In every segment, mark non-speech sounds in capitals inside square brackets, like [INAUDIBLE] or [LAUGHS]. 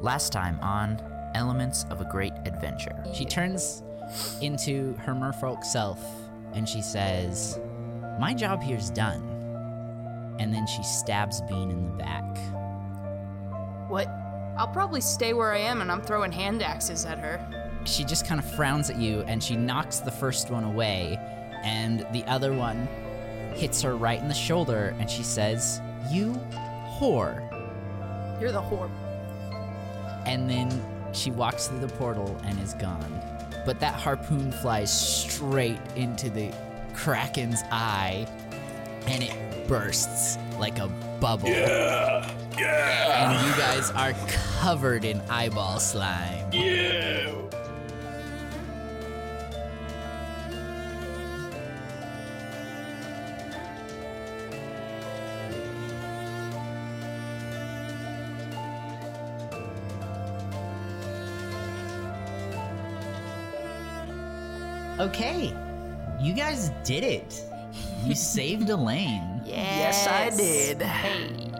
Last time on Elements of a Great Adventure. She turns into her merfolk self and she says, My job here's done. And then she stabs Bean in the back. What? I'll probably stay where I am and I'm throwing hand axes at her. She just kind of frowns at you and she knocks the first one away, and the other one hits her right in the shoulder and she says, You whore. You're the whore. and then she walks through the portal and is gone. But that harpoon flies straight into the Kraken's eye and it bursts like a bubble. Yeah! Yeah! And you guys are covered in eyeball slime. Okay, you guys did it. You saved [LAUGHS] Elaine. Yes, I did. Hey,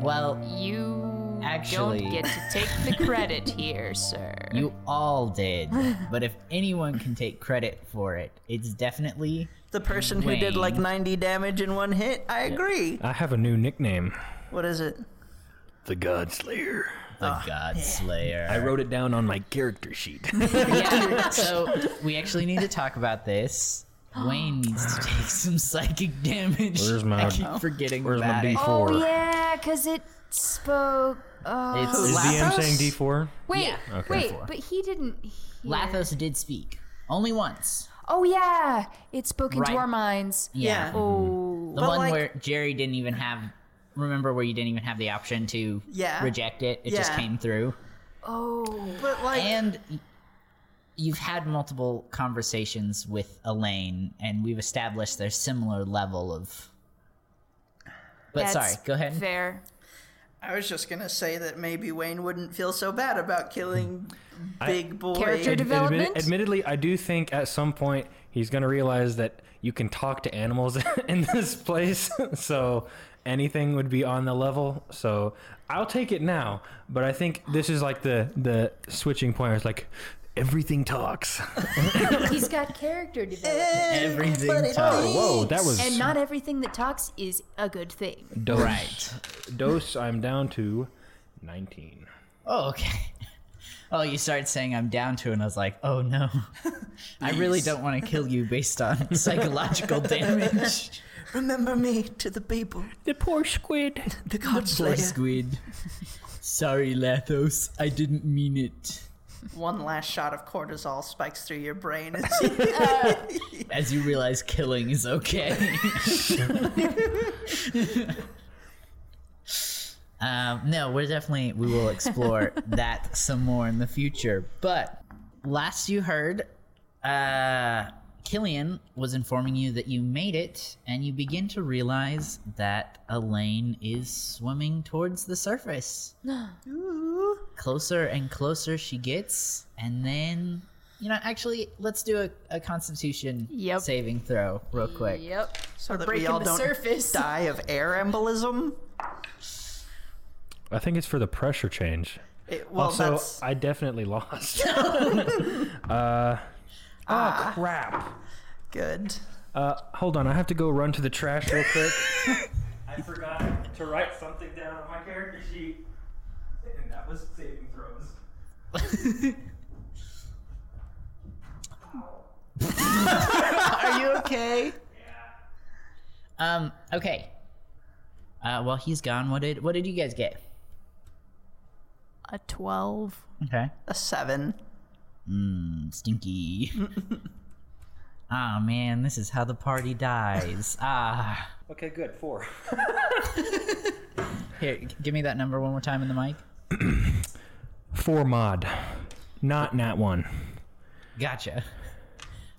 Well, you Actually- don't get to take the credit [LAUGHS] here, sir. you all [LAUGHS] did. But if anyone can take credit for it, it's definitely The person who did like Wayne. 90 damage in one hit. I agree. I have a new nickname. What is it? The Godslayer. the God Slayer. Ah. I wrote it down on my character [LAUGHS] sheet. Yeah. So we actually need to talk about [GASPS] this. Wayne needs to take some psychic damage. Where's my- I keep forgetting Where's my about it. D4? Oh yeah, cause it spoke. Oh. It's- Is DM saying D4? wait, wait, Four. but he didn't. Hear. Lathos did speak only once. Oh yeah, it spoke into Right. our minds. Yeah, Oh, the But, one like- where Jerry didn't even have. Remember where you didn't even have the option to Yeah. reject it? It just Yeah. came through. oh. But like, And y- you've had multiple conversations with Elaine, and we've established their similar level of. But That's sorry, go ahead. Fair. I was just gonna say that maybe Wayne wouldn't feel so bad about killing I- Big Boy. Character Admit- development? admittedly, I do think at some point he's going to realize that you can talk to animals [LAUGHS] in this place. [LAUGHS] so anything would be on the level. So I'll take it now. But I think this is like the, the switching point. where It's like everything talks. He's got character development, Everything Everybody talks. thinks- Whoa, Oh, that was and not everything that talks is a good thing. dose. Right. Dose, I'm down to 19. Oh, okay. [LAUGHS] Oh, you started saying I'm down to, and I was like, oh no. [LAUGHS] I really don't want to kill you based on psychological damage. Remember me to the people, The poor squid. [LAUGHS] the Godslayer. squid. Sorry, Lathos. I didn't mean it. One last shot of cortisol spikes through your brain. It's- As you realize, killing is okay. um, no, we're definitely we will [LAUGHS] explore that some more in the future. But last you heard, uh, Killian was informing you that you made it, and you begin to realize that Elaine is swimming towards the [GASPS] surface. Closer and closer she gets, and then. You know, actually, let's do a, a constitution Yep. saving throw real quick. Yep. so that we breaking all the don't surface. die of air embolism. I think it's for the pressure change. It, well, also, that's I definitely [LAUGHS] lost. uh, oh, crap. good. Uh, hold on, I have to go run to the trash real quick. I forgot to write something down on my character sheet, and that was saving throws. Are you okay? Um. Okay. Uh. Well, he's gone. What did What did you guys get? A 12. Okay. A seven. Mm, [LAUGHS] Stinky. Ah man, this is how the party dies. [LAUGHS] Ah. [LAUGHS] Okay, good. Four. Here, g- give me that number one more time in the mic. Four mod, not nat one. Gotcha.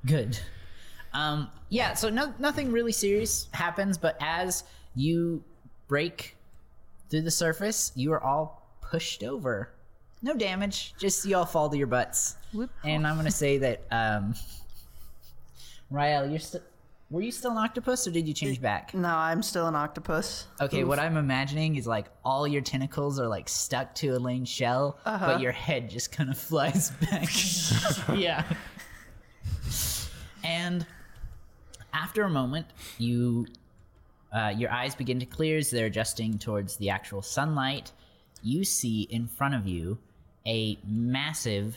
Good. Um, yeah, so no, nothing really serious happens, but as you break through the surface, you are all pushed over. No damage, just you all fall to your [LAUGHS] butts. And I'm going to say that, um, Rael, you're st- Were you still an octopus or did you change back? No, I'm still an octopus. Okay, what I'm imagining is like all your tentacles are like stuck to Elaine's shell, but your head just kind of [LAUGHS] flies back. yeah. And after a moment, you uh, your eyes begin to clear as they're adjusting towards the actual sunlight. You see in front of you a massive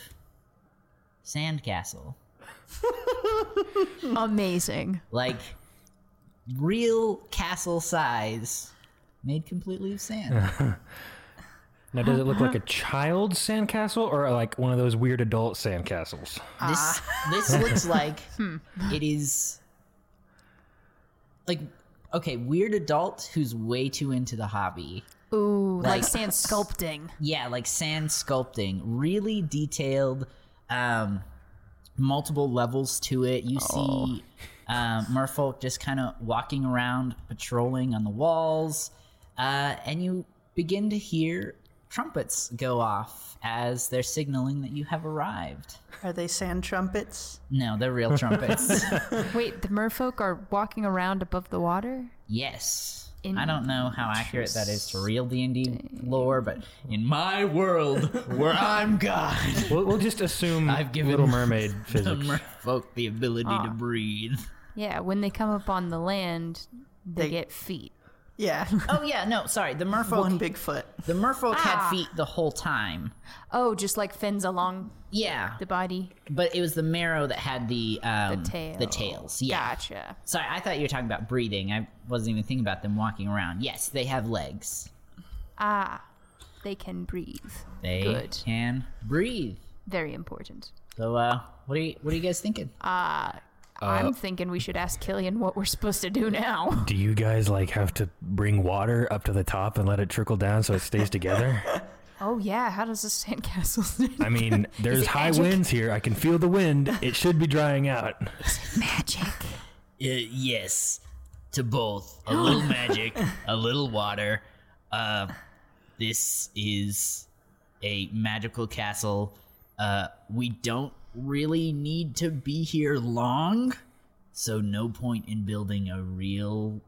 sandcastle. Amazing. like real castle size made completely of sand Now, does it look like a child sandcastle or like one of those weird adult sandcastles? this [LAUGHS] this looks like it is like okay weird adult who's way too into the hobby Ooh, like, Like- sand sculpting. yeah like sand sculpting really detailed um multiple levels to it you see um, merfolk just kind of walking around patrolling on the walls uh, and you begin to hear trumpets go off as they're signaling that you have arrived Are they sand trumpets? no they're real trumpets Wait, the merfolk are walking around above the water? yes I don't know how accurate that is to real D&D lore, but in my world, where I'm God, We'll, we'll just [LAUGHS] assume I've given Little Mermaid the physics. merfolk the ability to breathe. Yeah, when they come up on the land, they, They- get feet. Yeah, [LAUGHS] Oh yeah, no, sorry. The merfolk, one Bigfoot. the merfolk had feet the whole time. Oh, just like fins along Yeah, the body. but it was the marrow that had the um, The tail. the tails. Yeah. Gotcha. Sorry, I thought you were talking about breathing. I wasn't even thinking about them walking around. Yes, they have legs. Ah, they can breathe. They Good. can breathe. Very important. So, uh, what are you what are you guys thinking? I'm thinking we should ask Killian what we're supposed to do now. Do you guys like have to bring water up to the top and let it trickle down so it stays together? Oh yeah, how does the sandcastle stand? [LAUGHS] I mean, there's high winds here. I can feel the wind. It should be drying out. Magic. Uh, yes, to both. A little magic, a little water. Uh, this is a magical castle. Uh, we don't really need to be here long, so no point in building a real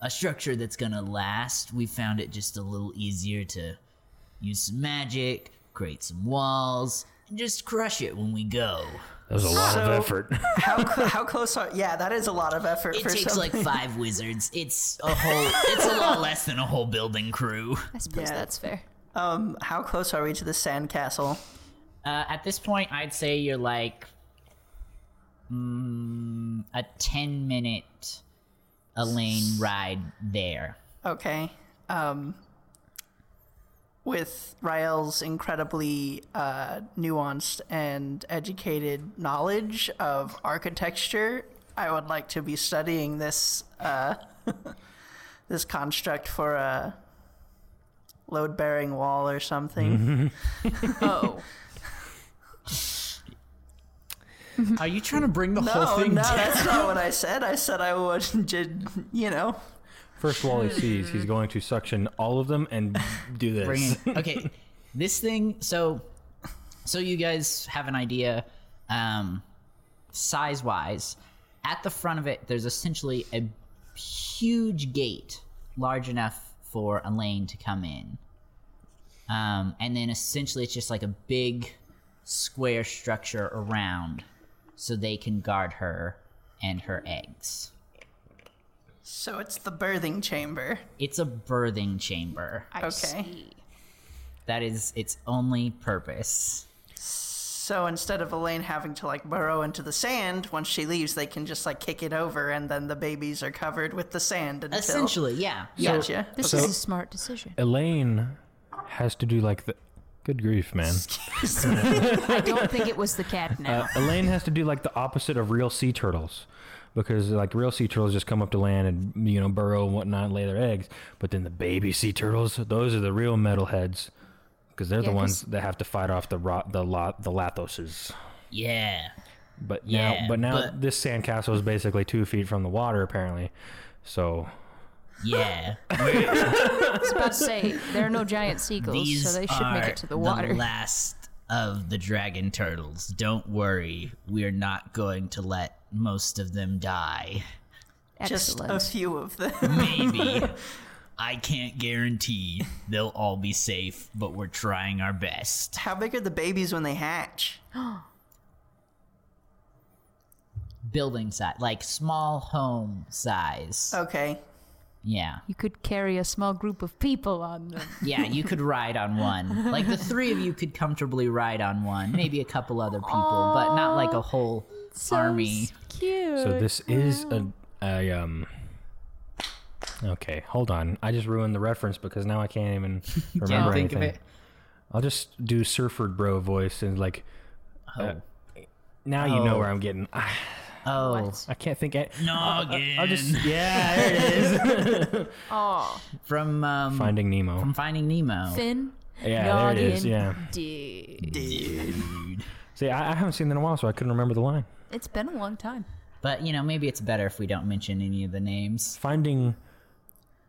a structure that's gonna last. We found it just a little easier to use some magic, create some walls, and just crush it when we go. That was a lot So- of effort. [LAUGHS] How cl- how close are? Yeah, that is a lot of effort It for takes something. like five wizards. It's a whole. It's a lot less than a whole building crew. I suppose Yeah. that's fair. um, how close are we to the sand castle? Uh, at this point, I'd say you're like mm, a ten minute Elaine ride there. Okay. Um, with Rael's incredibly uh, nuanced and educated knowledge of architecture, I would like to be studying this uh, [LAUGHS] this construct for a load bearing wall or something. Oh, Are you trying to bring the No, Oh, no, that's not what I said. I said I would, [LAUGHS] just, you know. [LAUGHS] First wall he sees, he's going to suction all of them and do this. Bring [LAUGHS] it- okay, this thing. So, so you guys have an idea, um, size wise. At the front of it, there's essentially a huge gate, large enough for a lane to come in. Um, and then essentially, it's just like a big square structure around, so they can guard her and her eggs. So it's the birthing chamber. It's a birthing chamber. I Okay. see. That is its only purpose. So instead of Elaine having to like burrow into the sand, once she leaves, they can just like kick it over, and then the babies are covered with the sand until. Essentially, yeah. Gotcha. This is a smart decision. Elaine has to do like the. Good grief, man. I don't think it was the cat now. Uh, Elaine has to do like the opposite of real sea turtles, because like real sea turtles just come up to land and you know burrow and whatnot, and lay their eggs. But then the baby sea turtles, those are the real metalheads, because they're the Yeah, 'cause- ones that have to fight off the ro- the lo- the Lathoses. Yeah. But Yeah, now, but now but- this sandcastle is basically two feet from the water, apparently. So [LAUGHS] Yeah. Oh, I was about to say there are no giant seagulls, These so they should make are it to the water. [LAUGHS] last of the dragon turtles. Don't worry. We're not going to let most of them die. Just Excellent. a few of them. [LAUGHS] [LAUGHS] Maybe. I can't guarantee they'll all be safe, but we're trying our best. How big are the babies when they hatch? Building size, like small home size. Oh. Okay. Yeah. you could carry a small group of people on them. Yeah, you could ride on one. Like the three of you could comfortably ride on one. Maybe a couple other people, but not like a whole army. Cute. So this is a, a um. Okay, hold on. I just ruined the reference because now I [LAUGHS] can't even remember think of anything. it. I'll just do Surford Bro voice and like. uh, now you know where I'm getting. I, Oh, I can't think. I, noggin. I'll just. [LAUGHS] Yeah, there it is. from um, Finding Nemo. from Finding Nemo. Finn, Yeah, there it is. Noggin. Yeah. dude, See, I, I haven't seen that in a while, so I couldn't remember the line. it's been a long time. But you know, maybe it's better if we don't mention any of the names. [LAUGHS] Finding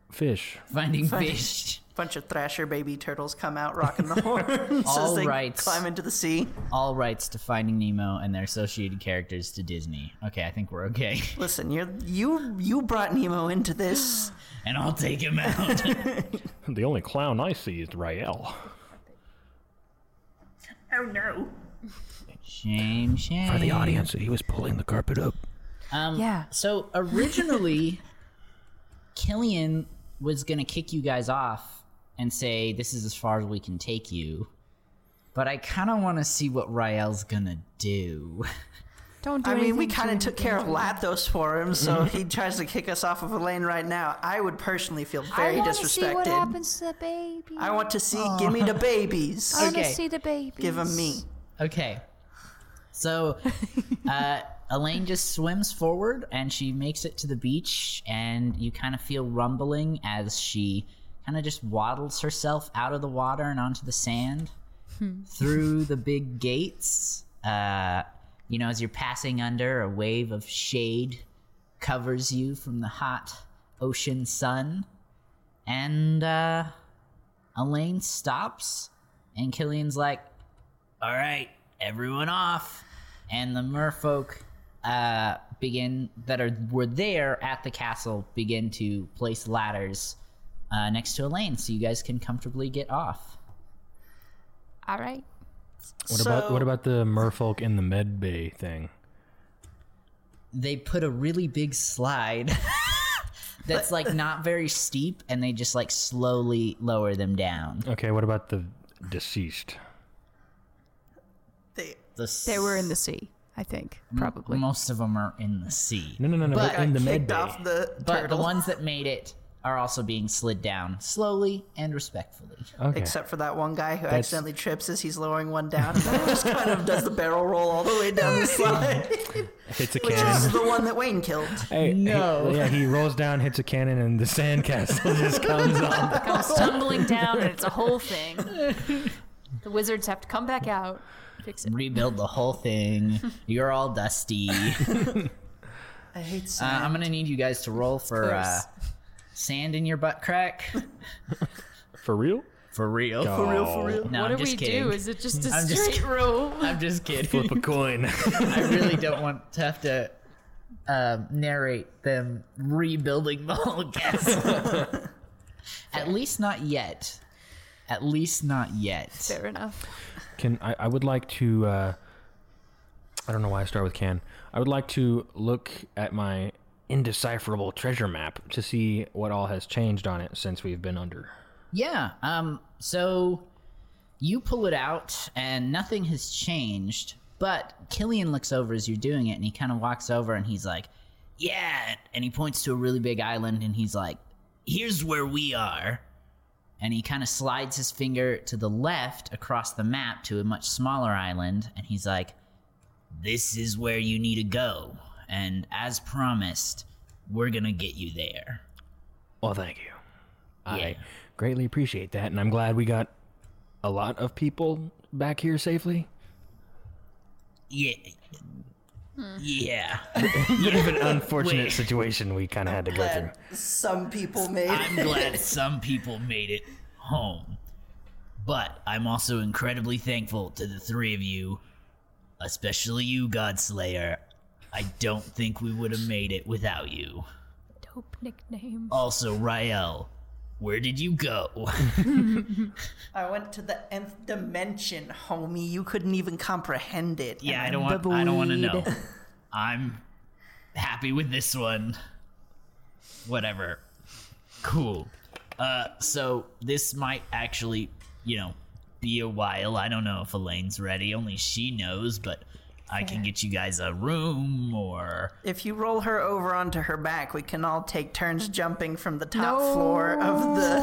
fish. [LAUGHS] Finding fish. Bunch of Thrasher baby turtles come out [LAUGHS] rocking the horns as All they right. climb into the sea. All rights to Finding Nemo and their associated characters to Disney. Okay, I think we're okay. [LAUGHS] Listen, you you you brought Nemo into this. And I'll take him [LAUGHS] out. The only clown I see is Rael. shame, shame. The audience, he was pulling the carpet up. Yeah. So originally, Killian was gonna kick you guys off and say, "This is as far as we can take you." But I kind of want to see what Rael's gonna do. Don't do I mean, we anything kind of to took care of Lathos for him, so Mm-hmm. if he tries to kick us off of a lane right now, I would personally feel very I want to see what disrespected. happens to the baby. I want to see, give [LAUGHS] me the babies. I want to Okay. see the baby. Give them me. Okay. So, uh, Elaine just swims forward and she makes it to the beach, and you kind of feel rumbling as she kind of just waddles herself out of the water and onto the sand through the big gates. Uh, you know, as you're passing under, a wave of shade covers you from the hot ocean sun. And uh, Elaine stops, and Killian's like, all right, everyone off. And the merfolk uh, begin that are were there at the castle begin to place ladders uh, next to Elaine so you guys can comfortably get off. All right. What about So- what about the merfolk in the med bay thing? They put a really big slide [LAUGHS] that's like not very steep and they just like slowly lower them down. Okay, what about the deceased? They, The They were in the s- sea, I think, probably. most of them are in the sea. No, no, no, no. But- but in the med kicked bay. off the But turtle, the ones that made it are also being slid down slowly and respectfully. okay. except for that one guy who accidentally trips as he's lowering one down, and then [LAUGHS] just kind of does the barrel roll all the way down the slide. hits a Which is cannon. the one that Wayne killed. Hey, no. yeah, he rolls down, hits a cannon, and the [LAUGHS] sandcastle just comes up. Comes tumbling down, and it's a whole thing. the wizards have to come back out, fix it. rebuild the whole [LAUGHS] thing. You're all dusty. Uh, I hate sand. I'm gonna need you guys to roll for uh, Of sand in your butt crack. For real? [LAUGHS] For real? For real, for real. No, what I'm do just we kidding. do? Is it just a I'm just straight roll? [LAUGHS] I'm just kidding. Flip a coin. [LAUGHS] I really don't want to have to um, narrate them rebuilding the whole [LAUGHS] castle. [LAUGHS] At least not yet. At least not yet. [LAUGHS] Fair enough. Can I, I would like to uh, I don't know why I start with can. I would like to look at my indecipherable treasure map to see what all has changed on it since we've been under. Yeah. Um. So you pull it out, and nothing has changed. But Killian looks over as you're doing it, and he kind of walks over, and he's like, "Yeah," and he points to a really big island, and he's like, "Here's where we are." And he kind of slides his finger to the left across the map to a much smaller island, and he's like, "This is where you need to go." And as promised, we're gonna get you there. Well, thank you. I Yeah. greatly appreciate that, and I'm glad we got a lot of people back here safely. Yeah. Yeah. Bit of an unfortunate Wait. situation we kind of had to go [LAUGHS] through. Some people made I'm glad some people made it home. But I'm also incredibly thankful to the three of you, especially you, Godslayer. I don't think we would have made it without you. dope nickname. Also, Rael, where did you go? [LAUGHS] I went to the nth dimension, homie. You couldn't even comprehend it. yeah, I don't want. I don't want to know. I'm happy with this one. Whatever. Cool. Uh, so this might actually, you know, be a while. I don't know if Elaine's ready. Only she knows, but. I can get you guys a room or If you roll her over onto her back, we can all take turns jumping from the top floor of the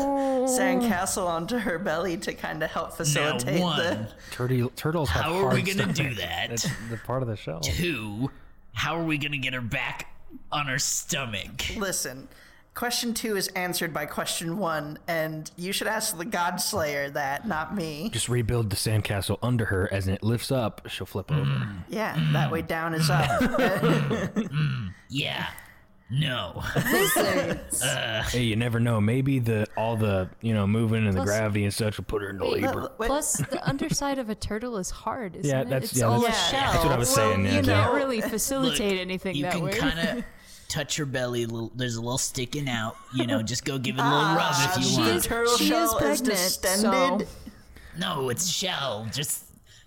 sandcastle onto her belly to kind of help now facilitate one. the. Turtle, turtles have How are we hard gonna do stomachs. that? That's the part of the shell. Two. How are we gonna get her back on her stomach? Listen, question two is answered by question one, and you should ask the God Slayer that, not me. Just rebuild the sandcastle under her. As it lifts up, she'll flip over. Mm. Yeah, that way down is [LAUGHS] up. Yeah. No. Hey, you never know. Maybe the all the you know moving and the gravity and such will put her into labor. Wait, Plus, the underside of a turtle is hard, isn't Yeah, it? that's- it's yeah, all a that's- shell. that's what I was saying, yeah, You yeah. can't really facilitate Look, anything you that can way. kind of [LAUGHS] touch her belly. a little- There's a little sticking out. You know, just go give it a little rub if you the want. is- turtle she is shell is, pregnant, distended. so- No, it's shell. Just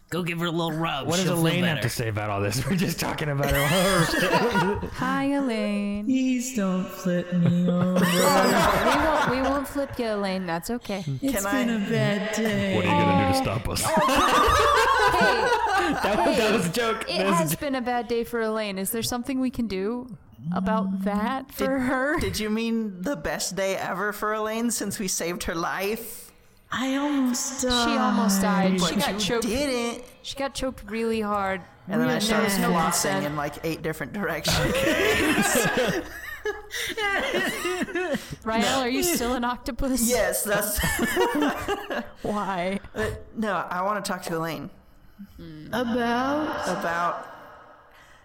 go give her a little rub. What does She'll feel Elaine have better. to say about all this? [LAUGHS] We're just talking [LAUGHS] about her. Hi, Elaine. Please don't flip me over. we, won't, we won't flip you, Elaine. That's [LAUGHS] okay. It's I- been a bad day. what are you gonna do to stop us? Oh, Hey, that, was, that was a joke. it That was a has been a bad day for Elaine. Is there something we can do about that for her? Did you mean the best day ever for Elaine since we saved her life? I almost died. she almost died. She got you choked. didn't. She got choked really hard. And then I started There's no flossing consent. in like [LAUGHS] eight different directions. Ryle, are you still an octopus? yes, that's. Why? No, I want to talk to Elaine About? about.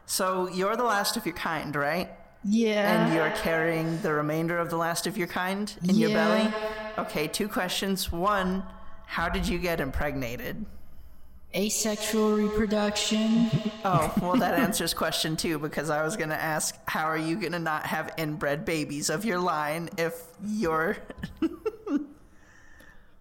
So you're the last of your kind, right? Yeah. And you're carrying the remainder of the last of your kind in your Yeah. belly? Okay, two questions. One, how did you get impregnated? Asexual reproduction. Oh, [LAUGHS] well, that answers question two because I was going to ask, how are you going to not have inbred babies of your line if your [LAUGHS]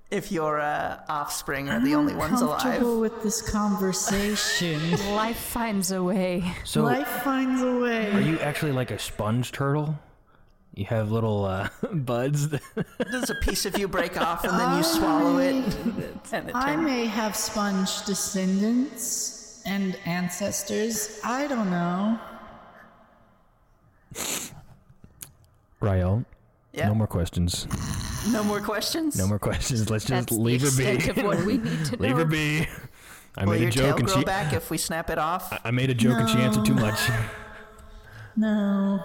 If your uh, offspring are the only ones Comfortable alive. with this [LAUGHS] conversation. Life finds a way. So, Life finds a are way. you actually like a sponge turtle? You have little uh, [LAUGHS] buds. That, There's a piece of you break off and [LAUGHS] then you swallow it. [LAUGHS] and it I turns- may have sponge descendants and ancestors. I don't know. Ryle, Yeah. no more questions. no more questions? No more questions. Let's just That's the leave her extent be. of what we need to [LAUGHS] Leave know. her be. I Will made a your tail joke and grow she. back if we snap it off? I made a joke and she answered too much. [LAUGHS] No.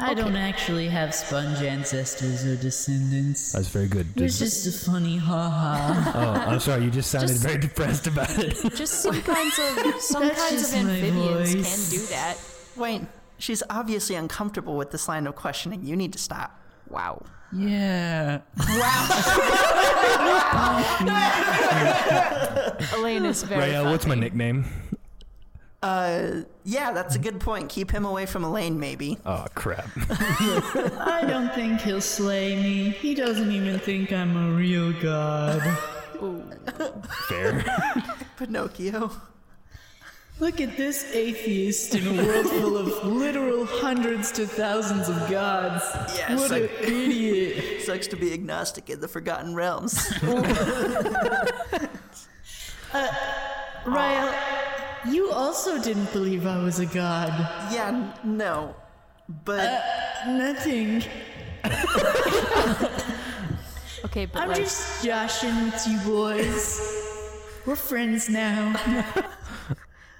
I don't actually have [LAUGHS] sponge ancestors or descendants. That's very good. It was just a funny ha [LAUGHS] ha. oh, I'm sorry. You just sounded Just- very depressed about it. Just some kinds of some That's kinds just of my amphibians voice. can do that. Wait, she's obviously uncomfortable with this line of questioning. You need to stop. Wow. Yeah. Elaine is [LAUGHS] very. Ryle, what's my nickname? Yeah, that's a good point. Keep him away from Elaine, maybe. Oh crap. I don't think he'll slay me. He doesn't even think I'm a real god. [LAUGHS] Fair. Pinocchio. Look at this atheist in a world full of literal hundreds to thousands of gods. Yes, what I- an [LAUGHS] idiot. Sucks to be agnostic in the Forgotten Realms. Ryle, you also didn't believe I was a god. [LAUGHS] yeah, n- no. But Nothing. Okay, but I'm like, just joshing with you boys. We're friends now.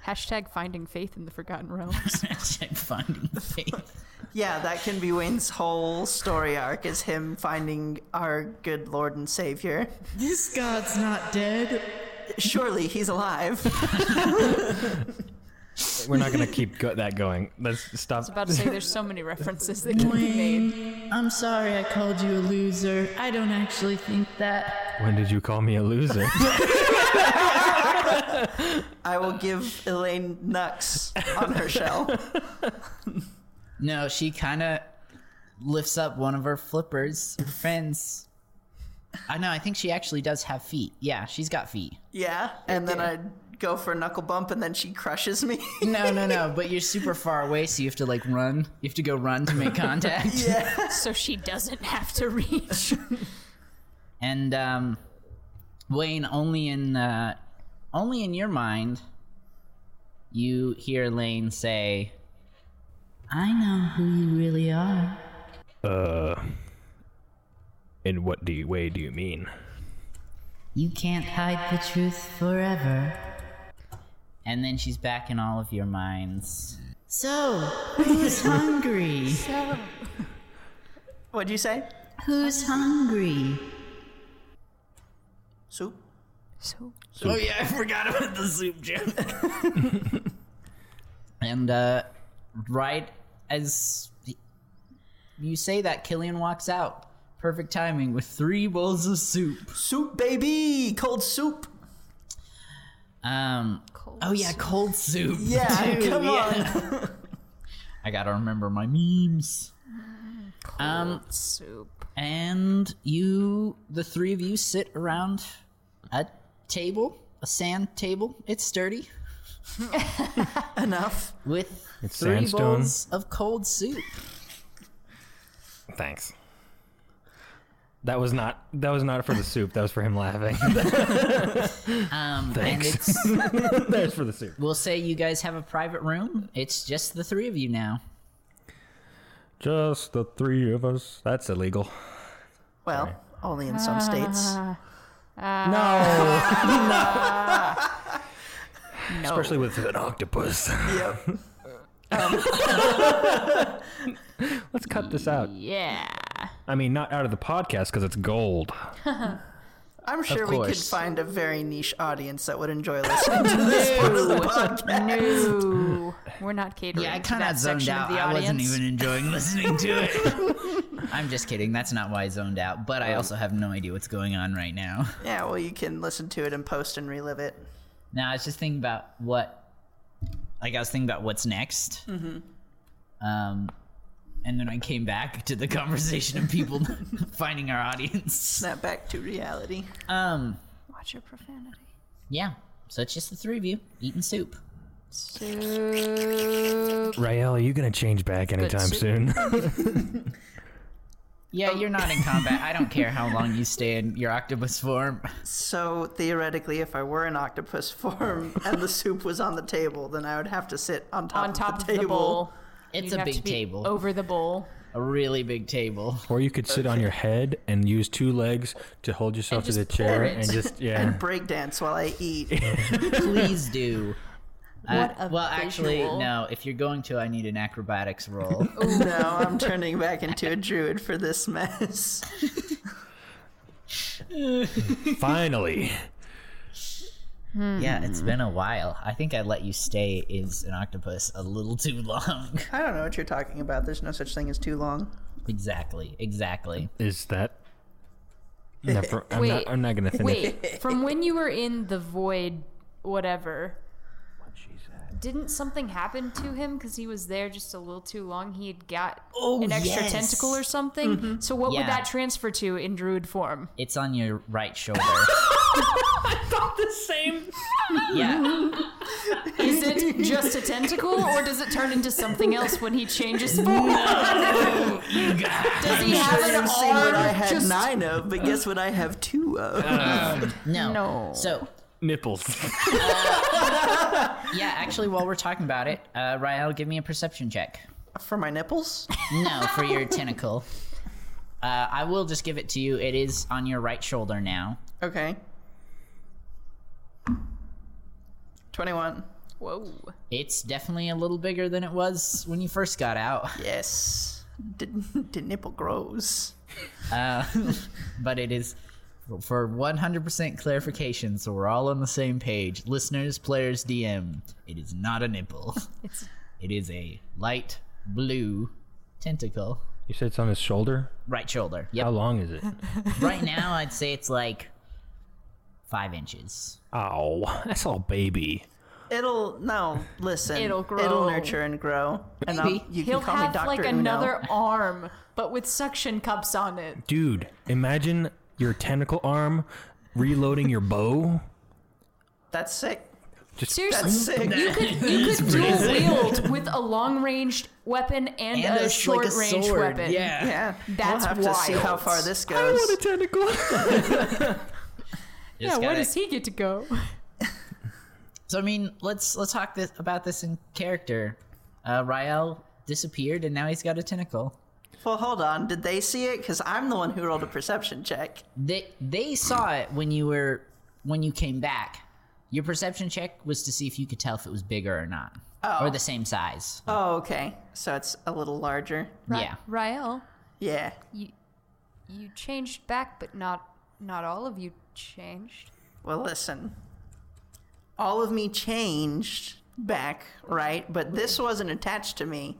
hashtag finding faith in the forgotten realms. Check [LAUGHS] finding faith. yeah, that can be Wayne's whole story arc is him finding our good Lord and Savior. [LAUGHS] This god's not dead. Surely he's alive. We're not gonna keep go- that going. Let's stop. I was about to say there's so many references that can be made. I'm sorry I called you a loser. I don't actually think that. When did you call me a loser? I will give Elaine Nux on her shell. No, she kind of lifts up one of her flippers, her fins. I know, I think she actually does have feet. Yeah, she's got feet. Yeah, and then I go for a knuckle bump, and then she crushes me. [LAUGHS] No, no, no, but you're super far away, so you have to like run. You have to go run to make contact. so she doesn't have to reach. And um, [LAUGHS] Wayne, only in uh, only in your mind, you hear Lane say, I know who you really are. Uh, In what do you, way do you mean? You can't hide the truth forever. and then she's back in all of your minds. So, who's [LAUGHS] hungry? What'd you say? Who's hungry? Soup. Oh yeah, I forgot about the soup joke. and uh, right as you say that, Killian walks out. Perfect timing with three bowls of soup. Soup, baby! Cold soup! Um, oh [LAUGHS] yeah, cold soup. [LAUGHS] Yeah, come on! I gotta remember my memes. Um, [LAUGHS] Soup. and you, the three of you, sit around a table, a sand table. It's sturdy Enough. with It's three sandstone. bowls of cold soup. Thanks. That was not that was not for the soup. That was for him [LAUGHS] laughing. Um, and it's [LAUGHS] that was for the soup. We'll say you guys have a private room. It's just the three of you now. Just the three of us. That's illegal. Well, only in some states. no. no. Especially with an octopus. Yep. Let's cut this out. Yeah. I mean, not out of the podcast because it's gold. I'm sure we could course. find a very niche audience that would enjoy listening [LAUGHS] to this part of the podcast. No. We're not catering Yeah, I to kind that of zoned section out. of the I audience. wasn't even [LAUGHS] enjoying listening to it. I'm just kidding. That's not why I zoned out. But I also have no idea what's going on right now. Yeah, well, you can listen to it and post and relive it. Now I was just thinking about what, like I was thinking about what's next. Um, and then I came back to the conversation of people [LAUGHS] finding our [LAUGHS] audience. Snap back to reality. Um, Watch your profanity. yeah. So it's just the three of you eating soup. Soup. Rael, are you gonna change back anytime soon? Yeah, you're not in combat. I don't care how long you stay in your octopus form. So theoretically, if I were an octopus [LAUGHS] form and the soup was on the table, then I would have to sit on top, On top of of the the table. bowl. It's You a have to big be table, Over the bowl. a really big table. or you could sit on your head and use two legs to hold yourself to the chair and just yeah. Breakdance while I eat. Please do. Uh, What a well, actually, visual. no. If you're going to, I need an acrobatics [LAUGHS] roll. no, I'm turning back into a druid for this mess. Finally. [LAUGHS] yeah, it's been a while. I think I let you stay is an octopus a little too long. [LAUGHS] I don't know what you're talking about. There's no such thing as too long. exactly, exactly. Is that? Never, I'm, Wait. not, I'm not gonna finish. Wait, from when you were in the void, whatever. Didn't something happen to him because he was there just a little too long? He had got Oh, an extra yes. Mm-hmm. tentacle or something. So what Yeah. would that transfer to in druid form? It's on your right [LAUGHS] shoulder. The same. yeah, Is it just a tentacle, or does it turn into something else when he changes form? does he have I an haven't seen what I arm? had Just Uh. nine of, but guess what I have two of? no. No. So Nipples. yeah, actually, while we're talking about it, uh, Rael, give me a perception check. for my nipples? No, for your [LAUGHS] tentacle. Uh, I will just give it to you. It is on your right shoulder now. Okay. 21. whoa. It's definitely a little bigger than it was when you first got out, Yes. The, the nipple grows. but it is for 100% clarification, so we're all on the same page. Listeners, players, DM, it is not a [LAUGHS] nipple. It's- it is a light blue tentacle. you said it's on his shoulder. Right shoulder. How Yep. long is it? right now, I'd say it's like five inches. Ow, that's all baby. It'll no. Listen, It'll grow. It'll nurture and grow. And I'll, Maybe. you He'll can call me have Doctor like Uno. another arm, but with suction cups on it. Dude, imagine your tentacle arm reloading your bow. That's sick. Seriously, That's sick. you could you could dual wield with a long ranged weapon and, And a, a- like a short range sword, weapon. yeah. yeah, That's we'll have to see wild. how far this goes. tentacle. Yeah, Just where gotta- does he get to go? So I mean, let's let's talk this about this in character. Uh, Rael disappeared, and now he's got a tentacle. Well, hold on. Did they see it? Because I'm the one who rolled a perception check. They they saw it when you were when you came back. Your perception check was to see if you could tell if it was bigger or not, or the same size. Oh, okay. So it's a little larger. Yeah. Rael, Yeah. you changed back, but not not all of you changed. Well, listen. All of me changed back, right? But this wasn't attached to me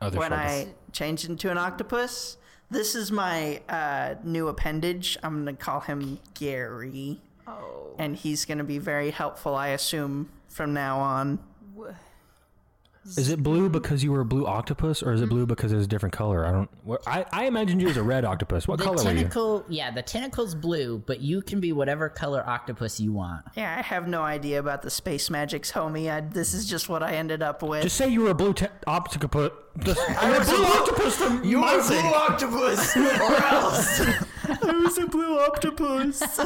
Other when shoulders. I changed into an octopus. This is my uh, new appendage. I'm going to call him Gary. Oh. And he's going to be very helpful, I assume, from now on. Is it blue because you were a blue octopus, or is it blue because it was a different color? I don't. What, I I imagined you as a red octopus. What The color were you? tentacle, yeah, the tentacle's blue, but you can be whatever color octopus you want. Yeah, I have no idea about the space magics, homie. I, this is just what I ended up with. Just say you were a blue te- octopus. [LAUGHS] Just, you're a was blue a- octopus from You are a Muncie. blue octopus, or else. [LAUGHS] I was a blue octopus.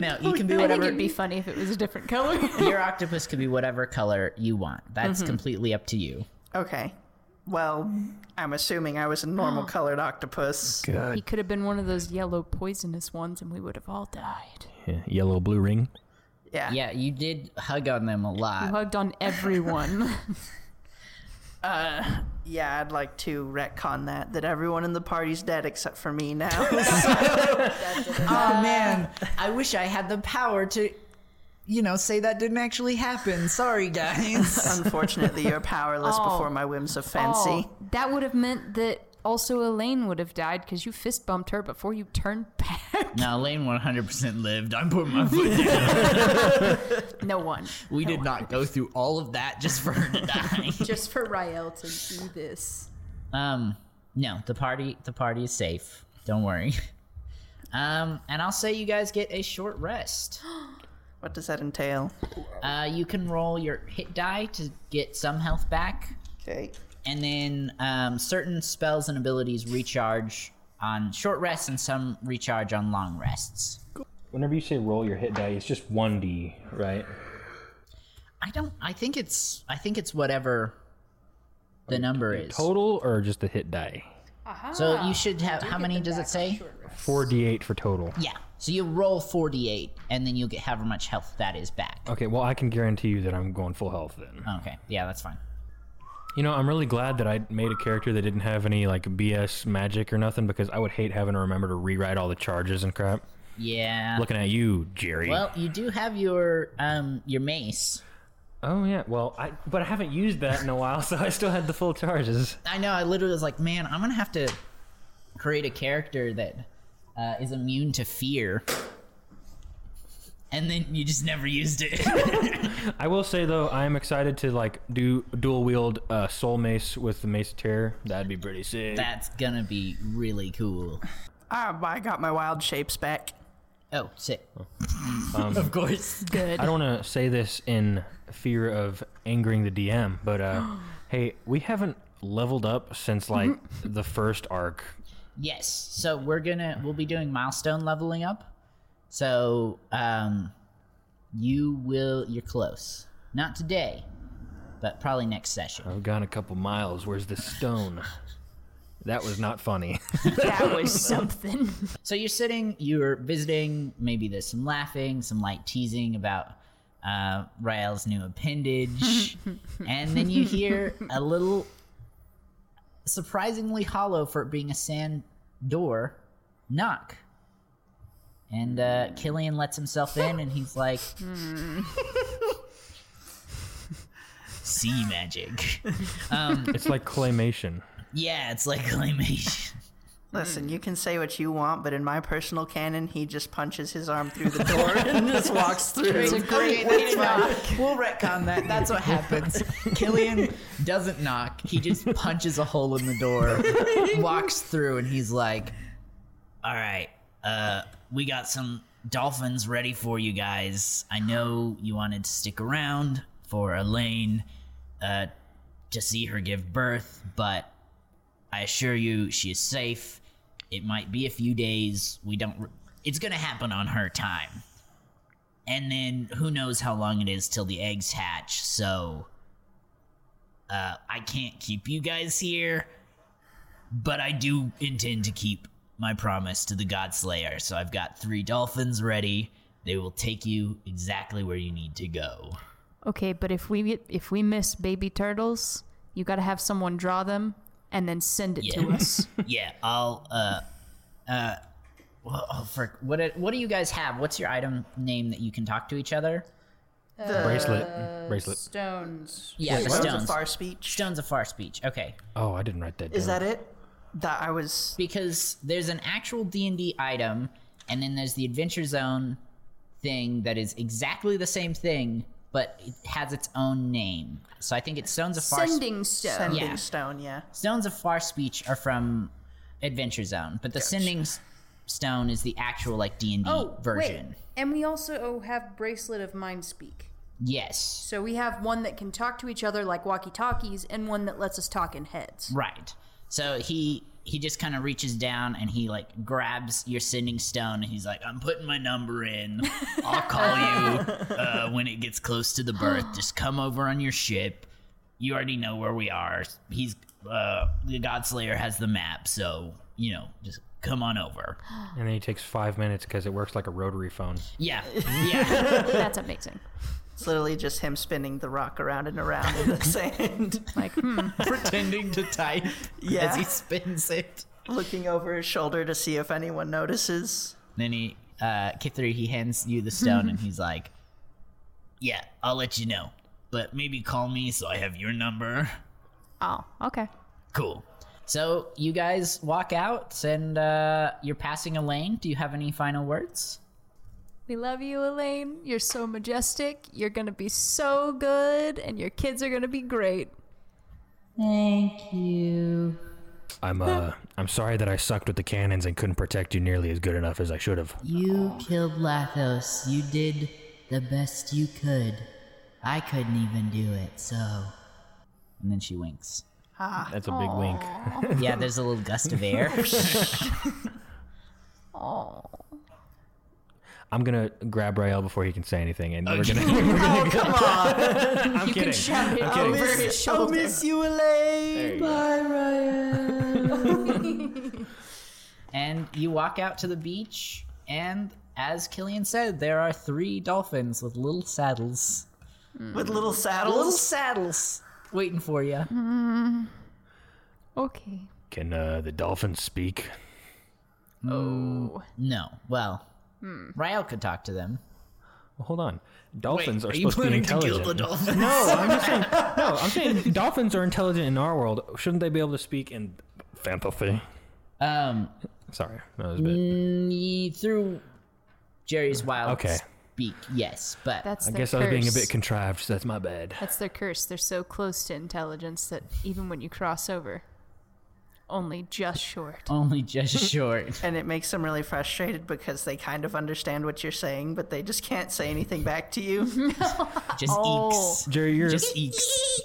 No, you can be I think whatever. it'd be funny if it was a different color. Your octopus could be whatever color you want. That's completely up to you. Okay. Well, I'm assuming I was a normal colored octopus. he could have been one of those yellow poisonous ones, and we would have all died. Yeah, yellow blue ring. Yeah. Yeah, you did hug on them a You lot. hugged on everyone. Yeah, I'd like to retcon that that everyone in the party's dead except for me [LAUGHS] now. [LAUGHS] Oh man, I wish I had the power to, you know, say that didn't actually happen. Sorry, guys. Unfortunately, you're powerless [LAUGHS] before my whims of fancy. Oh, that would have meant that also Elaine would have died because you fist bumped her before you turned [LAUGHS] back. no, Lane 100% lived. I'm putting my [LAUGHS] foot down. No one. We did not go through all of that just for her to [LAUGHS] die. Just for Rael to do this. Um, no, the party the party is safe. Don't worry. [LAUGHS] Um, and I'll say you guys get a short rest. [GASPS] What does that entail? Uh, you can roll your hit die to get some health back, Okay. and then um, certain spells and abilities recharge on short rests, and some recharge on long rests. Whenever you say roll your hit die, it's just one d, right? I don't. I think it's. I think it's whatever the number is. Total or just the hit die? So Ah, you should have. How many does it say? Four d eight for total. Yeah. So you roll forty-eight, and then you'll get however much health that is back. Okay, well I can guarantee you that I'm going full health then. Okay. Yeah, that's fine. You know, I'm really glad that I made a character that didn't have any like BS magic or nothing because I would hate having to remember to rewrite all the charges and crap. Yeah. Looking at you, Jerry. Well, you do have your um your mace. oh yeah. Well, I but I haven't used that in a while, [LAUGHS] so I still had the full charges. I know. I literally was like, man, I'm gonna have to create a character that uh, is immune to fear. And then you just never used it. [LAUGHS] I will say though, I am excited to like do dual wield uh, soul mace with the mace of terror. That'd be pretty sick. That's gonna be really cool. Ah, I got my wild shapes back. Oh, sick. of course. I don't want to say this in fear of angering the DM, but uh, hey, we haven't leveled up since like the first arc. Yes. So we're gonna we'll be doing milestone leveling up. So um you will you're close. Not today, but probably next session. I've gone a couple miles. Where's the stone? that was not funny. [LAUGHS] That was something. So you're sitting, you're visiting, maybe there's some laughing, some light teasing about uh, Rael's new appendage. and then you hear a little surprisingly hollow for it being a sand door knock. And uh, Killian lets himself in and he's like, Sea magic. it's like claymation. [LAUGHS] Yeah, it's like claymation. Listen, you can say what you want, but in my personal canon, he just punches his arm through the door [LAUGHS] and just walks It's a through. great way to knock. We'll retcon that. That's what happens. Killian doesn't knock. He just punches a hole in the door, walks through, and he's like, "All right, uh, we got some dolphins ready for you guys. I know you wanted to stick around for Elaine uh, to see her give birth, but I assure you, she is safe. It might be a few days. We don't. Re- it's gonna happen on her time." and then who knows how long it is till the eggs hatch so uh, i can't keep you guys here but i do intend to keep my promise to the godslayer so i've got three dolphins ready they will take you exactly where you need to go Okay, but if we if we miss baby turtles, you got to have someone draw them and then send it to Yeah. us. yeah i'll uh uh well, oh, frick. What, it- what do you guys have? What's your item name that you can talk to each other? Uh, Bracelet. Bracelet. Stones. Yeah, the That was a stones. far speech. Stones of far speech. Okay. Oh, I didn't write that down. Is that it? That I was. because there's an actual D&D item and then there's the adventure zone thing that is exactly the same thing but it has its own name. So I think it's Stones of Far Sending stone. Sending Yeah. stone, yeah. Stones of Far Speech are from Adventure Zone, but the Sending S- Stone is the actual like D&D Oh, version. wait. And we also have bracelet of mind speak. Yes. So we have [GASPS] one that can talk to each other like walkie-talkies, and one that lets us talk in heads. Right. So he he just kind of reaches down and he like grabs your sending stone and he's like, "I'm putting my number in. I'll call you uh, when it gets close to the birth. Just come over on your ship. You already know where we are. He's uh, the Godslayer has the map, so you know just." Come on over. And then he takes five minutes because it works like a rotary phone. Yeah, [LAUGHS] yeah. That's amazing. It's literally just him spinning the rock around and around in the sand, Like, hmm, Pretending to type Yeah. [LAUGHS] as he spins it. looking over his shoulder to see if anyone notices. Then he, uh, Kithri, he hands you the stone and he's like, Yeah, I'll let you know. But maybe call me so I have your number. [LAUGHS] oh, okay. Cool. So you guys walk out and uh, you're passing Elaine. Do you have any final words? We love you, Elaine. You're so majestic. You're going to be so good and your kids are going to be great. Thank you. I'm uh, I'm sorry that I sucked with the cannons and couldn't protect you nearly as good enough as I should have. You killed Lathos. You did the best you could. I couldn't even do it, so. And then she winks. That's a big wink. Yeah, there's a little gust of [LAUGHS] air. [LAUGHS] I'm gonna grab Rael before he can say anything, and we're gonna. Oh, come [LAUGHS] on! I'm kidding. shout it I'm kidding. over his I'll shoulder. miss you, Elaine! Bye, Ryan. and you walk out to the beach, and as Killian said, there are three dolphins with little saddles. With little saddles? saddles! Waiting for you. Okay. Can uh, the dolphins speak? Oh. No, well, Hmm. Rael could talk to them. Well, hold on. Dolphins Wait, are supposed to be intelligent. dolphins? no, I'm just saying. No, I'm saying dolphins are intelligent in our world. Shouldn't they be able to speak in fantasy? Um, Sorry, that was a bit. ye- through Jerry's wild Okay. speak, yes, but That's I their guess I curse. was being a bit contrived. So that's my bad. That's their curse. They're so close to intelligence that even when you cross over, only just short. Oh. only just short. And it makes them really frustrated because they kind of understand what you're saying, but they just can't say anything back to you. Just Oh. eeks. Jerry, you're Just eeks.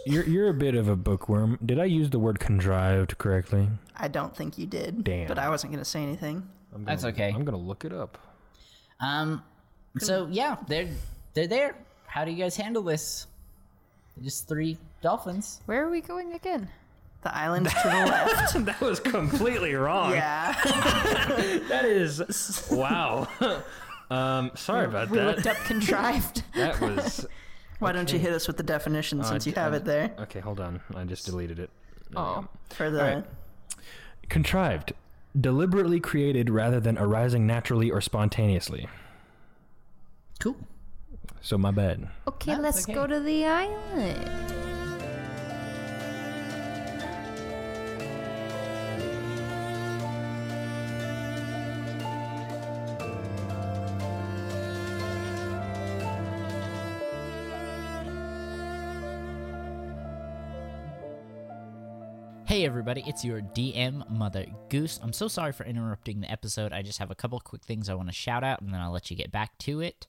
you're you're a bit of a bookworm. Did I use the word contrived correctly? I don't think you did. Damn. But I wasn't going to say anything. That's okay. I'm gonna look it up. Um, so yeah, they're they're there. How do you guys handle this? Just three dolphins. Where are we going again? The island's to the left. [LAUGHS] that was completely wrong. Yeah. [LAUGHS] That is [LAUGHS] wow. um, sorry about that. Up contrived. That was [LAUGHS] Why don't you hit us with the definition since I- you have I- it there? okay. Hold on, I just deleted it. Oh. For the. right. Contrived, deliberately created rather than arising naturally or spontaneously. Cool. So my bad. Oh. Okay, let's okay. go to the island. Hey everybody, it's your DM Mother Goose. I'm so sorry for interrupting the episode. I just have a couple quick things I want to shout out and then I'll let you get back to it.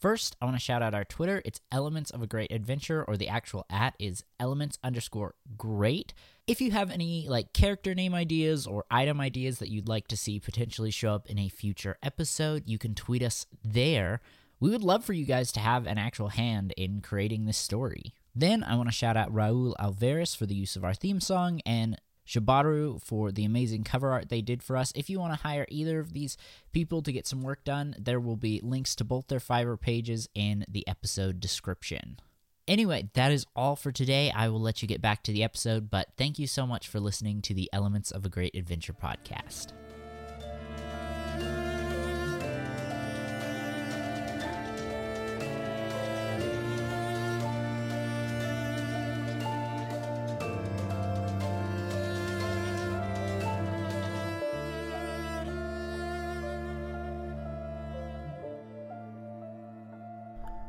First, I want to shout out our Twitter. It's Elements of a Great Adventure, or the actual at is Elements underscore Great. If you have any like character name ideas or item ideas that you'd like to see potentially show up in a future episode, you can tweet us there. We would love for you guys to have an actual hand in creating this story. Then I want to shout out Raul Alvarez for the use of our theme song and Shibaru for the amazing cover art they did for us. If you want to hire either of these people to get some work done, there will be links to both their Fiverr pages in the episode description. Anyway, that is all for today. I will let you get back to the episode, but thank you so much for listening to the Elements of a Great Adventure podcast.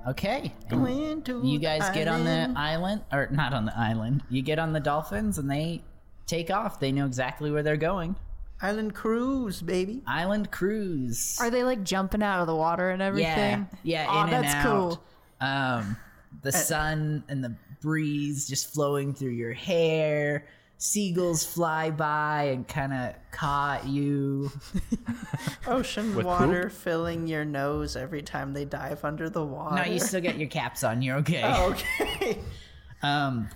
Okay. you guys get on the island, or not on the island. You get on the dolphins and they take off. They know exactly where they're going. island cruise, baby. Island cruise. Are they like jumping out of the water and everything? yeah, yeah, Aw, in and that's out. cool. Uh, Um, the sun and the breeze just flowing through your hair. Seagulls fly by and kind of caught you. Ocean With water filling your nose every time they dive under the water. No, you still [LAUGHS] got your caps on. You're okay. okay. [LAUGHS] Um,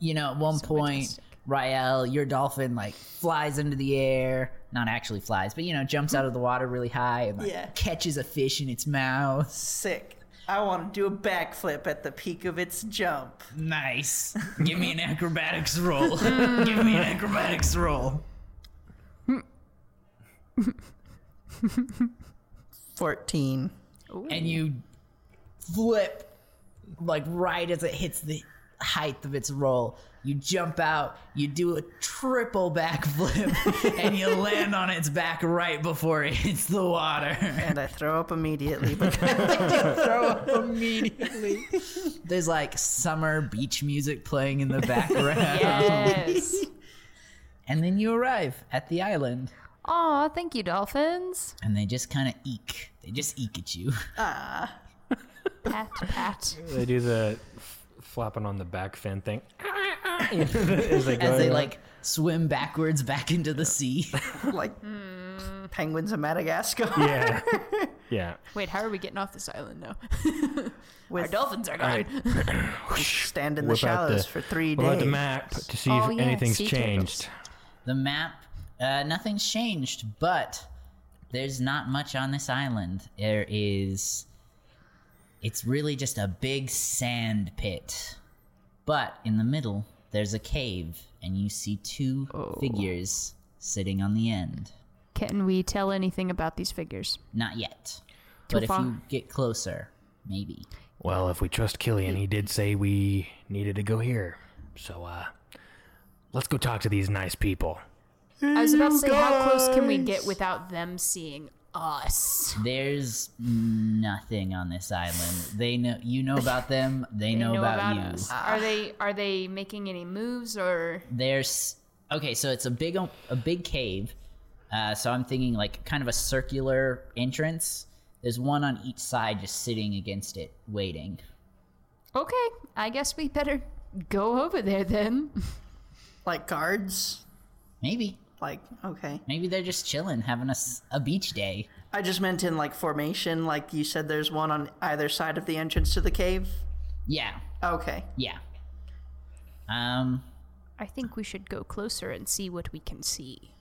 you know, at one point, Rael, your dolphin, like flies into the air. Not actually flies, but you know, jumps out of the water really high and like, Yeah. catches a fish in its mouth. Sick. I want to do a backflip at the peak of its jump. [LAUGHS] Nice. Give me an acrobatics roll. Mm. Give me an acrobatics roll. 14. and you flip like right as it hits the height of its roll. You jump out, you do a triple backflip, [LAUGHS] and you land on its back right before it hits the water. And I throw up immediately because [LAUGHS] [LAUGHS] There's like summer beach music playing in the [LAUGHS] background. [LAUGHS] Yes. And then you arrive at the island, Aw, thank you, dolphins. and they just kind of eek. They just eek at you. [LAUGHS] Pat, pat. They do the f- flapping on the back fin thing. [LAUGHS] As they, go As they around. like swim backwards back into the sea. like Hmm. penguins of Madagascar. [LAUGHS] Yeah. Yeah. Wait, how are we getting off this island now? With Dolphins are gone. stand in the Whip out shallows the- for three We'll days. let the map to see Oh, if yeah, anything's sea changed. The map, uh, nothing's changed, but there's not much on this island. There is. It's really just a big sand pit. But in the middle, there's a cave, and you see two figures sitting on the end. Can we tell anything about these figures? Not yet. Too but far. if you get closer, maybe. Well, if we trust Killian, he did say we needed to go here. So, uh, let's go talk to these nice people. I was about to say, how close can we get without them seeing us? There's nothing on this island. They know you know about them. They, know, about, you. us. Are they are they making any moves or there's okay so it's a big o- a big cave uh, so i'm thinking like kind of a circular entrance there's one on each side just sitting against it waiting Okay, I guess we better go over there then. like guards. maybe Like, okay. maybe they're just chilling having a, s- a beach day I just meant in like formation, like you said there's one on either side of the entrance to the cave. yeah Okay. yeah um I think we should go closer and see what we can see.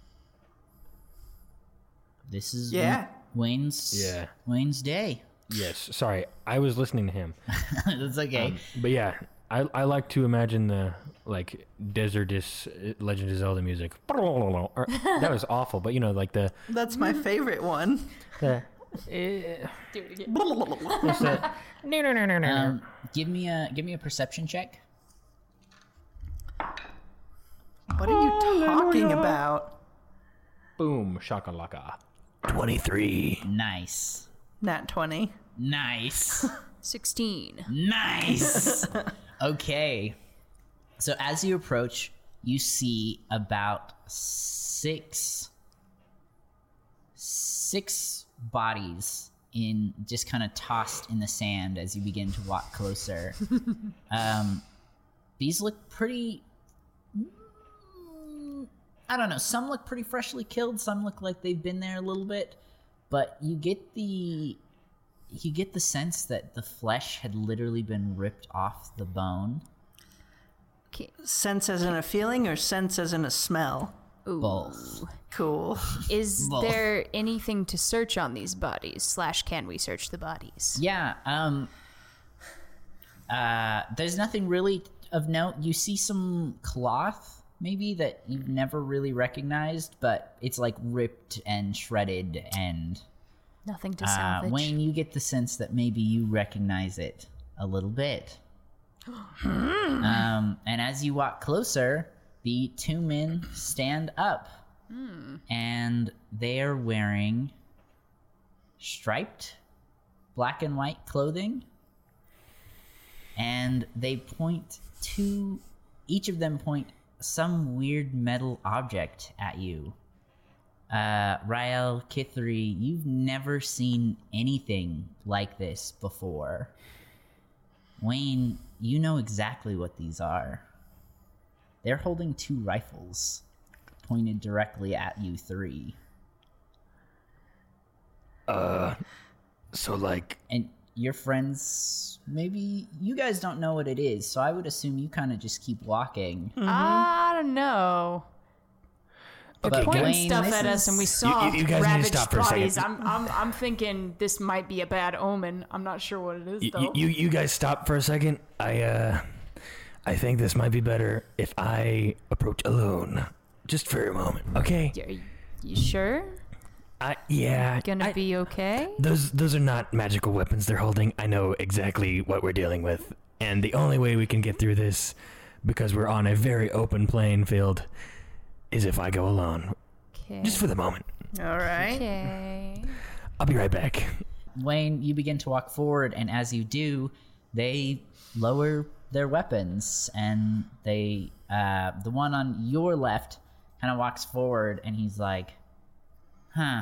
this is Yeah. Wayne- wayne's Yeah. wayne's day Yes. Sorry, I was listening to him. Um, that's okay But yeah, I, I like to imagine the like desertous uh, Legend of Zelda music. [LAUGHS] Or- that was awful, but you know, like the That's my favorite one. [LAUGHS] what's that? No, no, no, no, no. um give me a give me a perception check What are Oh, you talking about? Boom, shakalaka. Twenty-three. nice Nat 20. nice [LAUGHS] 16. Nice. okay. So as you approach, you see about six six bodies in just kind of tossed in the sand as you begin to walk closer. um, these look pretty. mm, I don't know. Some look pretty freshly killed. Some look like they've been there a little bit, but you get the you get the sense that the flesh had literally been ripped off the bone. Sense as in a feeling or sense as in a smell? Both. Cool. Is Well- there anything to search on these bodies? Slash, can we search the bodies? Yeah. Um. Uh, there's nothing really of note. You see some cloth, maybe that you've never really recognized, but it's like ripped and shredded. And Nothing to uh, salvage. Wayne, you get the sense that maybe you recognize it a little bit. um, and as you walk closer, the two men stand up, and they are wearing striped black and white clothing and they point to each of them point some weird metal object at you uh rael kithri you've never seen anything like this before wayne you know exactly what these are they're holding two rifles pointed directly at you three So like and your friends maybe you guys don't know what it is so i would assume you kind of just keep walking I don't know. but Pointing Wayne, stuff this at us, and we you saw guys need to ravaged stop for a second. bodies. I'm, I'm, I'm thinking this might be a bad omen. I'm not sure what it is you, though. you, you you guys stop for a second. I uh I think this might be better if I approach alone. Just for a moment. Okay. Are you- you sure? I yeah. Gonna I- be okay? Those those are not magical weapons they're holding. I know exactly what we're dealing with, and the only way we can get through this, because we're on a very open playing field, is if I go alone. Okay. Just for the moment. All right. okay. I'll be right back. Wayne, you begin to walk forward, and as you do, they lower their weapons, and they, uh, the one on your left, kind of walks forward, and he's like, "Huh,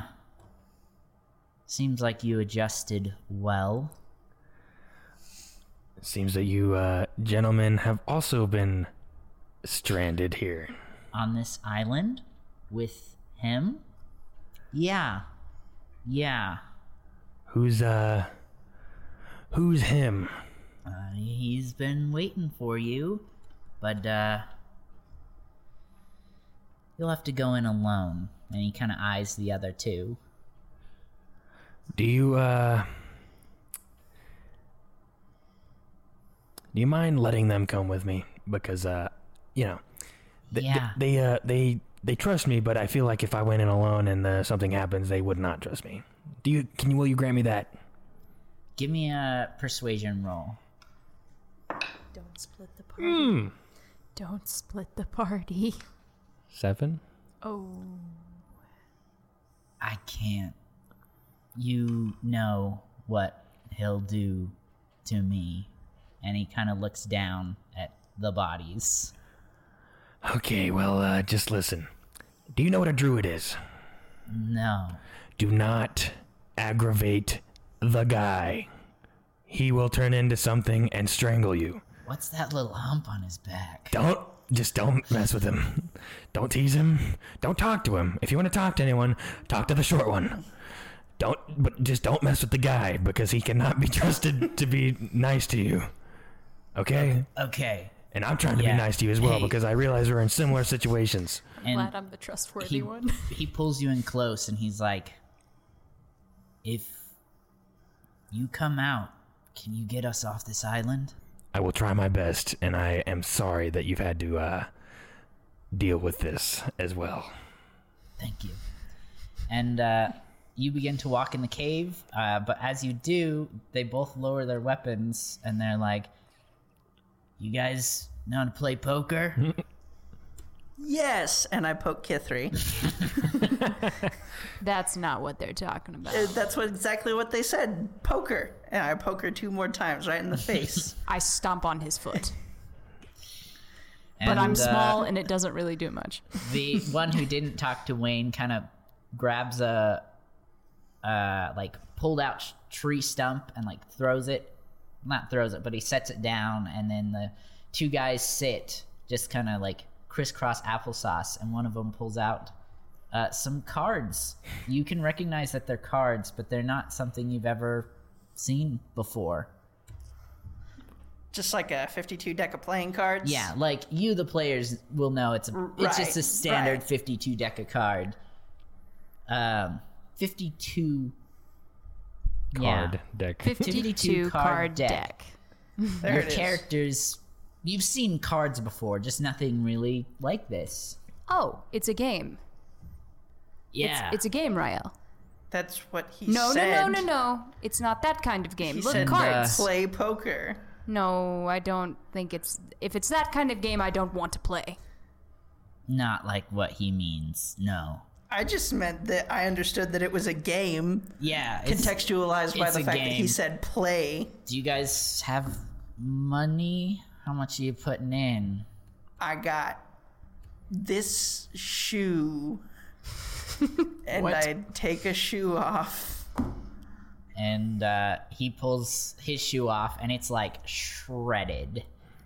seems like you adjusted well." Seems that you uh, gentlemen have also been stranded here. on this island with him? Yeah. Yeah. Who's uh, who's him? Uh, he's been waiting for you, but uh you'll have to go in alone. And he kind of eyes the other two. Do you uh, do you mind letting them come with me? Because uh, you know, They- yeah. They uh they they trust me, but I feel like if I went in alone and uh, something happens, they would not trust me. Do you can you will you grant me that? Give me a persuasion roll. Don't split the party. Don't split the party. Seven? Oh. I can't. You know what he'll do to me. And he kind of looks down at the bodies. Okay, well uh, just listen. Do you know what a druid is? No. Do not aggravate the guy. He will turn into something and strangle you. What's that little hump on his back? Don't just don't mess with him. Don't tease him. Don't talk to him. If you want to talk to anyone, talk to the short one. Don't but just don't mess with the guy because he cannot be [LAUGHS] trusted to be nice to you. Okay? Okay. And I'm trying to Yeah. be nice to you as well Hey. because I realize we're in similar situations. And Glad I'm the trustworthy he, one. [LAUGHS] he pulls you in close and he's like, If you come out, can you get us off this island? I will try my best and I am sorry that you've had to uh deal with this as well. Thank you. And uh, you begin to walk in the cave, uh, but as you do, they both lower their weapons and they're like, You guys know how to play poker? Yes, and I poke Kithri. That's not what they're talking Uh, about. That's what exactly what they said. Poker. And I [LAUGHS] poke her two more times right in the face. I stomp on his foot. but And, I'm uh, small and it doesn't really do much. the one who didn't talk to Wayne kind of grabs a uh like pulled out sh- tree stump and like throws it not throws it but he sets it down and then the two guys sit just kind of like crisscross applesauce and one of them pulls out uh, some cards you can recognize that they're cards but they're not something you've ever seen before Just like a 52 deck of playing cards. Yeah, like you, the players will know it's a, it's just a right, standard right. fifty-two deck of card. Um, fifty-two. Card Yeah, deck. 52 52 card card deck. deck. There your it is. characters. You've seen cards before, just nothing really like this. Oh, it's a game. Yeah, It's a game, Rael. That's what he No, said. no, no, no, no. It's not that kind of game. He Look, said uh, cards. play poker. No, I don't think it's. If it's that kind of game, I don't want to play. not like what he means. No. I just meant that I understood that it was a game, Yeah. it's- contextualized by it's the a fact that game. he said play. do you guys have money? How much are you putting in? I got this shoe, and I take a shoe off. and uh, he pulls his shoe off and it's like shredded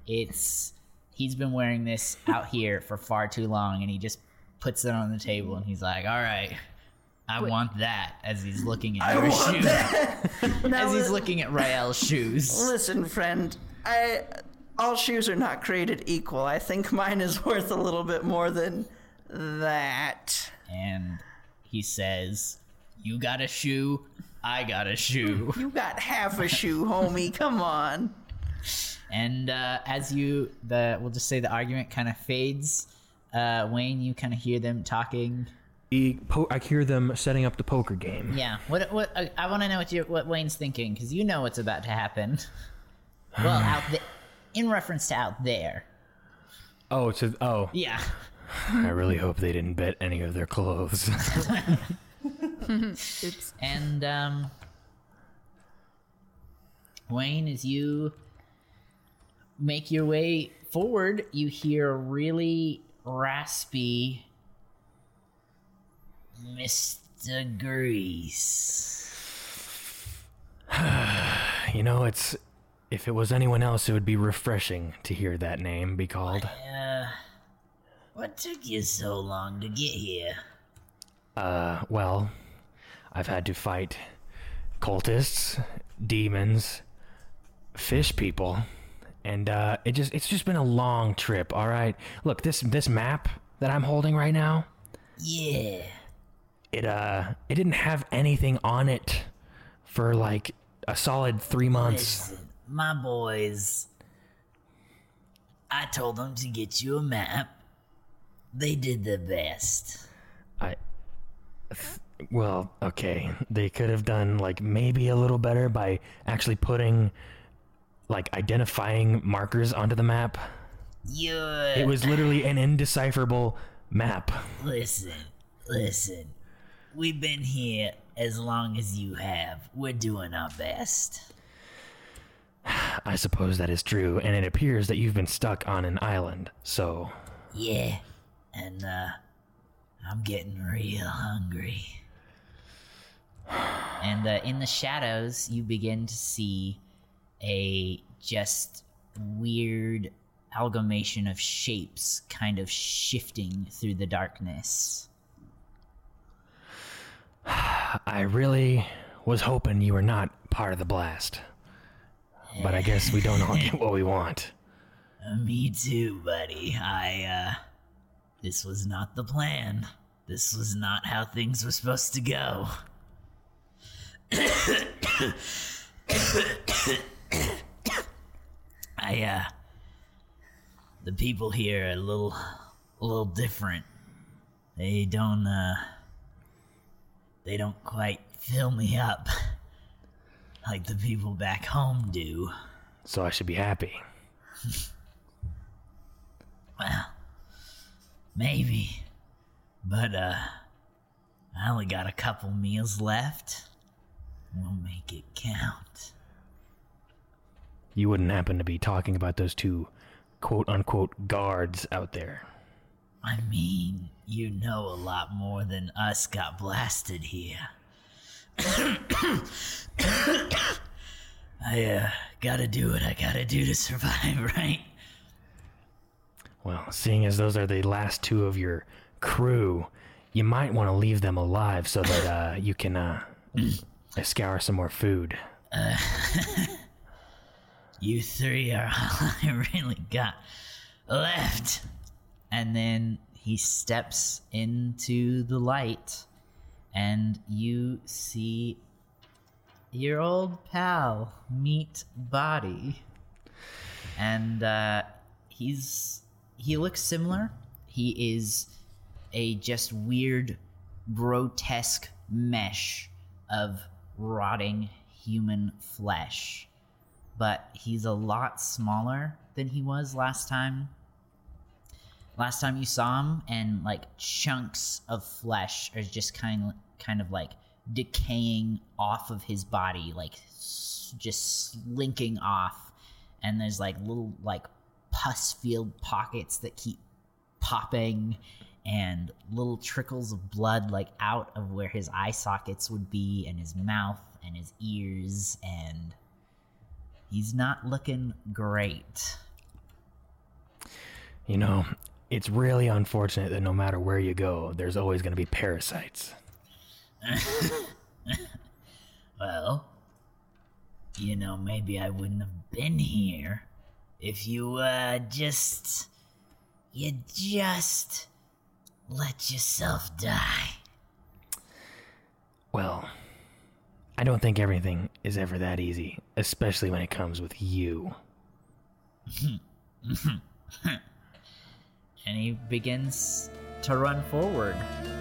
it's he's been wearing this out here for far too long and he just puts it on the table and he's like all right i want that as he's looking at your shoe [LAUGHS] [LAUGHS] Now, as he's li- looking at rael's shoes listen, friend, I all shoes are not created equal. I think mine is worth a little bit more than that. and he says you got a shoe i got a shoe You got half a shoe, homie. Come on. And uh, as you, the we'll just say the argument kind of fades. Uh, Wayne, you kind of hear them talking. The E, po- I hear them setting up the poker game. Yeah. What? What? I, I want to know what you, what Wayne's thinking because you know what's about to happen. Well, [SIGHS] out the, in reference to out there. Oh, to oh. Yeah. I really hope they didn't bet any of their clothes. [LAUGHS] And um, Wayne, as you make your way forward, you hear a really raspy Mr. Grease. you know, it's if it was anyone else, it would be refreshing to hear that name be Oh, called. What took you so long to get here? Uh, well, I've had to fight cultists, demons, fish people, and uh, it just it's just been a long trip. All right, look this this map that I'm holding right now. Yeah. It uh, it didn't have anything on it for like a solid three months. Listen, my boys. I told them to get you a map. They did their best. I. Well, okay. They could have done like maybe a little better by actually putting like identifying markers onto the map. You're. It was literally an indecipherable map. Listen, listen. We've been here as long as you have. We're doing our best. I suppose that is true, and it appears that you've been stuck on an island. So, Yeah. And, uh, I'm getting real hungry. [SIGHS] And, uh, in the shadows, you begin to see a just weird amalgamation of shapes kind of shifting through the darkness. I really was hoping you were not part of the blast. But I guess we don't all get what we want. Me too, buddy. I, uh. This was not the plan. This was not how things were supposed to go. [COUGHS] I, uh. The people here are a little. a little different. They don't, uh. They don't quite fill me up like the people back home do. So I should be happy. Well, maybe. But, uh, I only got a couple meals left. We'll make it count. You wouldn't happen to be talking about those two quote unquote guards out there. I mean, you know a lot more than us got blasted here. [COUGHS] I uh, gotta do what I gotta do to survive, [LAUGHS] right? Well, seeing as those are the last two of your crew, you might want to leave them alive so that uh, you can uh, scour some more food. You three are all [LAUGHS] I really got left. And then he steps into the light, and you see your old pal, Meat Body. And uh, he's he looks similar. He is a just weird, grotesque mesh of rotting human flesh but he's a lot smaller than he was last time. Last time you saw him, and like chunks of flesh are just kind of, kind of like decaying off of his body, like s- just slinking off. And there's like little like pus filled pockets that keep popping, and little trickles of blood like out of where his eye sockets would be, and his mouth, and his ears, and He's not looking great. You know, it's really unfortunate that no matter where you go, there's always going to be parasites. Well, you know, maybe I wouldn't have been here if you, uh, just. You just. Let yourself die. Well, I don't think everything is ever that easy, especially when it comes with you. And he begins to run forward.